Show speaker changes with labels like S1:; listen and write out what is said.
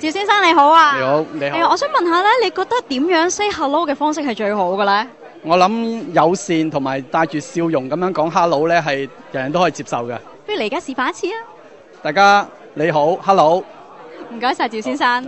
S1: 趙先生你好啊！
S2: 你好，你
S1: 係啊，
S2: 好
S1: 我。想問下咧，你覺得點樣 say hello 嘅方式係最好嘅咧？
S2: 我諗友善同埋帶住笑容咁樣講 hello 呢，係人人都可以接受嘅。
S1: 不如你而家示範一次啊！
S2: 大家你好，hello。
S1: 唔該晒趙先生。